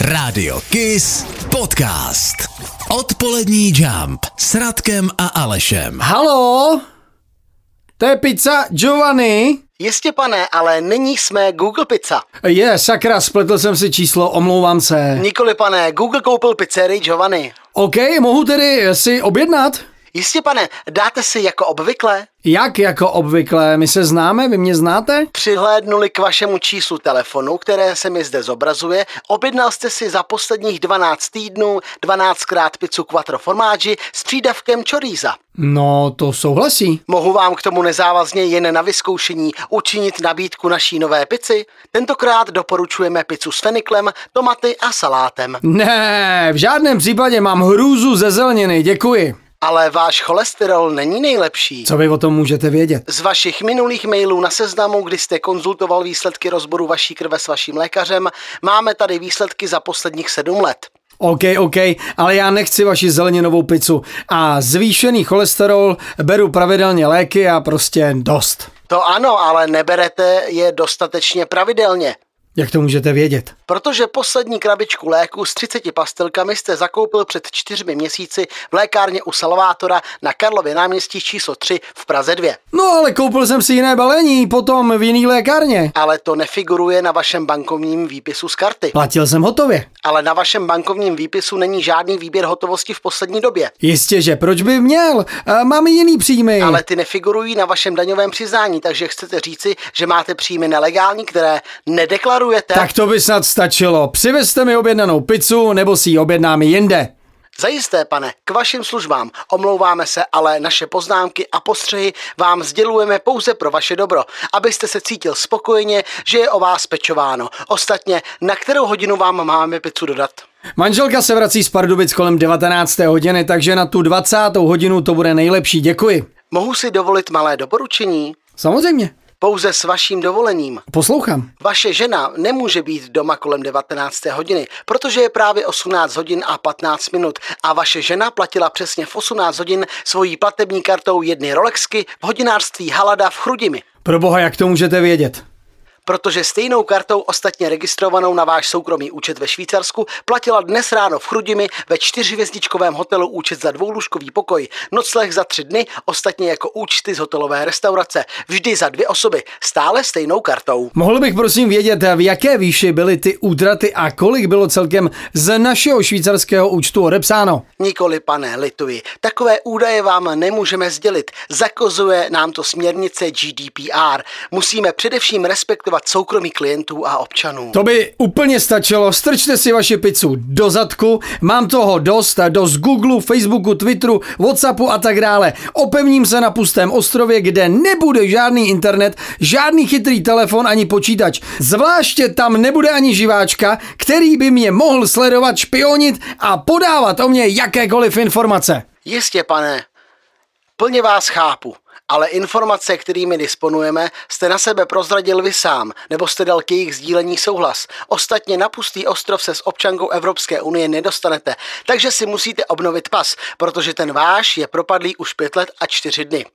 Rádio KISS Podcast Odpolední jump s Radkem a Alešem Halo? To je pizza Giovanni? Jistě pane, ale nyní jsme Google Pizza. Je, sakra, spletl jsem si číslo, omlouvám se. Nikoli pane, Google koupil pizzerii Giovanni. OK, mohu tedy si objednat? Jistě pane, dáte si jako obvykle? Jak jako obvykle, my se známe, vy mě znáte? Přihlédnuli k vašemu číslu telefonu, které se mi zde zobrazuje, objednal jste si za posledních 12 týdnů 12krát pizzu quattro formáži s přídavkem choriza. No, to souhlasí. Mohu vám k tomu nezávazně jen na vyzkoušení učinit nabídku naší nové pici? Tentokrát doporučujeme pizzu s feniklem, tomaty a salátem. Ne, v žádném případě mám hrůzu ze zeleniny, děkuji. Ale váš cholesterol není nejlepší. Co vy o tom můžete vědět? Z vašich minulých mailů na seznamu, kdy jste konzultoval výsledky rozboru vaší krve s vaším lékařem, máme tady výsledky za posledních sedm let. OK, OK, ale já nechci vaši zeleninovou pizzu. A zvýšený cholesterol, beru pravidelně léky a prostě dost. To ano, ale neberete je dostatečně pravidelně. Jak to můžete vědět? Protože poslední krabičku léku s 30 pastilkami jste zakoupil před čtyřmi měsíci v lékárně u Salvátora na Karlově náměstí číslo 3 v Praze 2. No ale koupil jsem si jiné balení, potom v jiný lékárně. Ale to nefiguruje na vašem bankovním výpisu z karty. Platil jsem hotově. Ale na vašem bankovním výpisu není žádný výběr hotovosti v poslední době. Jistě, že proč by měl? E, Mám i jiný příjmy. Ale ty nefigurují na vašem daňovém přiznání, takže chcete říci, že máte příjmy nelegální, které nedeklarujete? Tak to by snad stačilo. Přivezte mi objednanou pizzu, nebo si ji objednáme jinde. Zajisté, pane, k vašim službám. Omlouváme se, ale naše poznámky a postřehy vám sdělujeme pouze pro vaše dobro, abyste se cítil spokojeně, že je o vás pečováno. Ostatně, na kterou hodinu vám máme pizzu dodat? Manželka se vrací z Pardubic kolem 19. hodiny, takže na tu 20. hodinu to bude nejlepší. Děkuji. Mohu si dovolit malé doporučení? Samozřejmě. Pouze s vaším dovolením. Poslouchám. Vaše žena nemůže být doma kolem 19. hodiny, protože je právě 18 hodin a 15 minut a vaše žena platila přesně v 18 hodin svojí platební kartou jedny Rolexky v hodinářství Halada v Chrudimi. Pro boha, jak to můžete vědět? Protože stejnou kartou ostatně registrovanou na váš soukromý účet ve Švýcarsku platila dnes ráno v Chrudimi ve čtyřhvězdičkovém hotelu účet za dvoulůžkový pokoj, nocleh za tři dny, ostatně jako účty z hotelové restaurace, vždy za dvě osoby, stále stejnou kartou. Mohl bych prosím vědět, v jaké výši byly ty útraty a kolik bylo celkem z našeho švýcarského účtu odepsáno? Nikoli, pane, lituji. Takové údaje vám nemůžeme sdělit. Zakazuje nám to směrnice GDPR. Musíme především respektovat soukromí klientů a občanů. To by úplně stačilo. Strčte si vaši pizzu do zadku. Mám toho dost, dost Google, Facebooku, Twitteru, Whatsappu a tak dále. Opevním se na pustém ostrově, kde nebude žádný internet, žádný chytrý telefon ani počítač. Zvláště tam nebude ani živáčka, který by mě mohl sledovat, špionit a podávat o mě jakékoliv informace. Jistě, pane, plně vás chápu. Ale informace, kterými disponujeme, jste na sebe prozradil vy sám, nebo jste dal k jejich sdílení souhlas. Ostatně na pustý ostrov se s občankou Evropské unie nedostanete, takže si musíte obnovit pas, protože ten váš je propadlý už pět let a čtyři dny.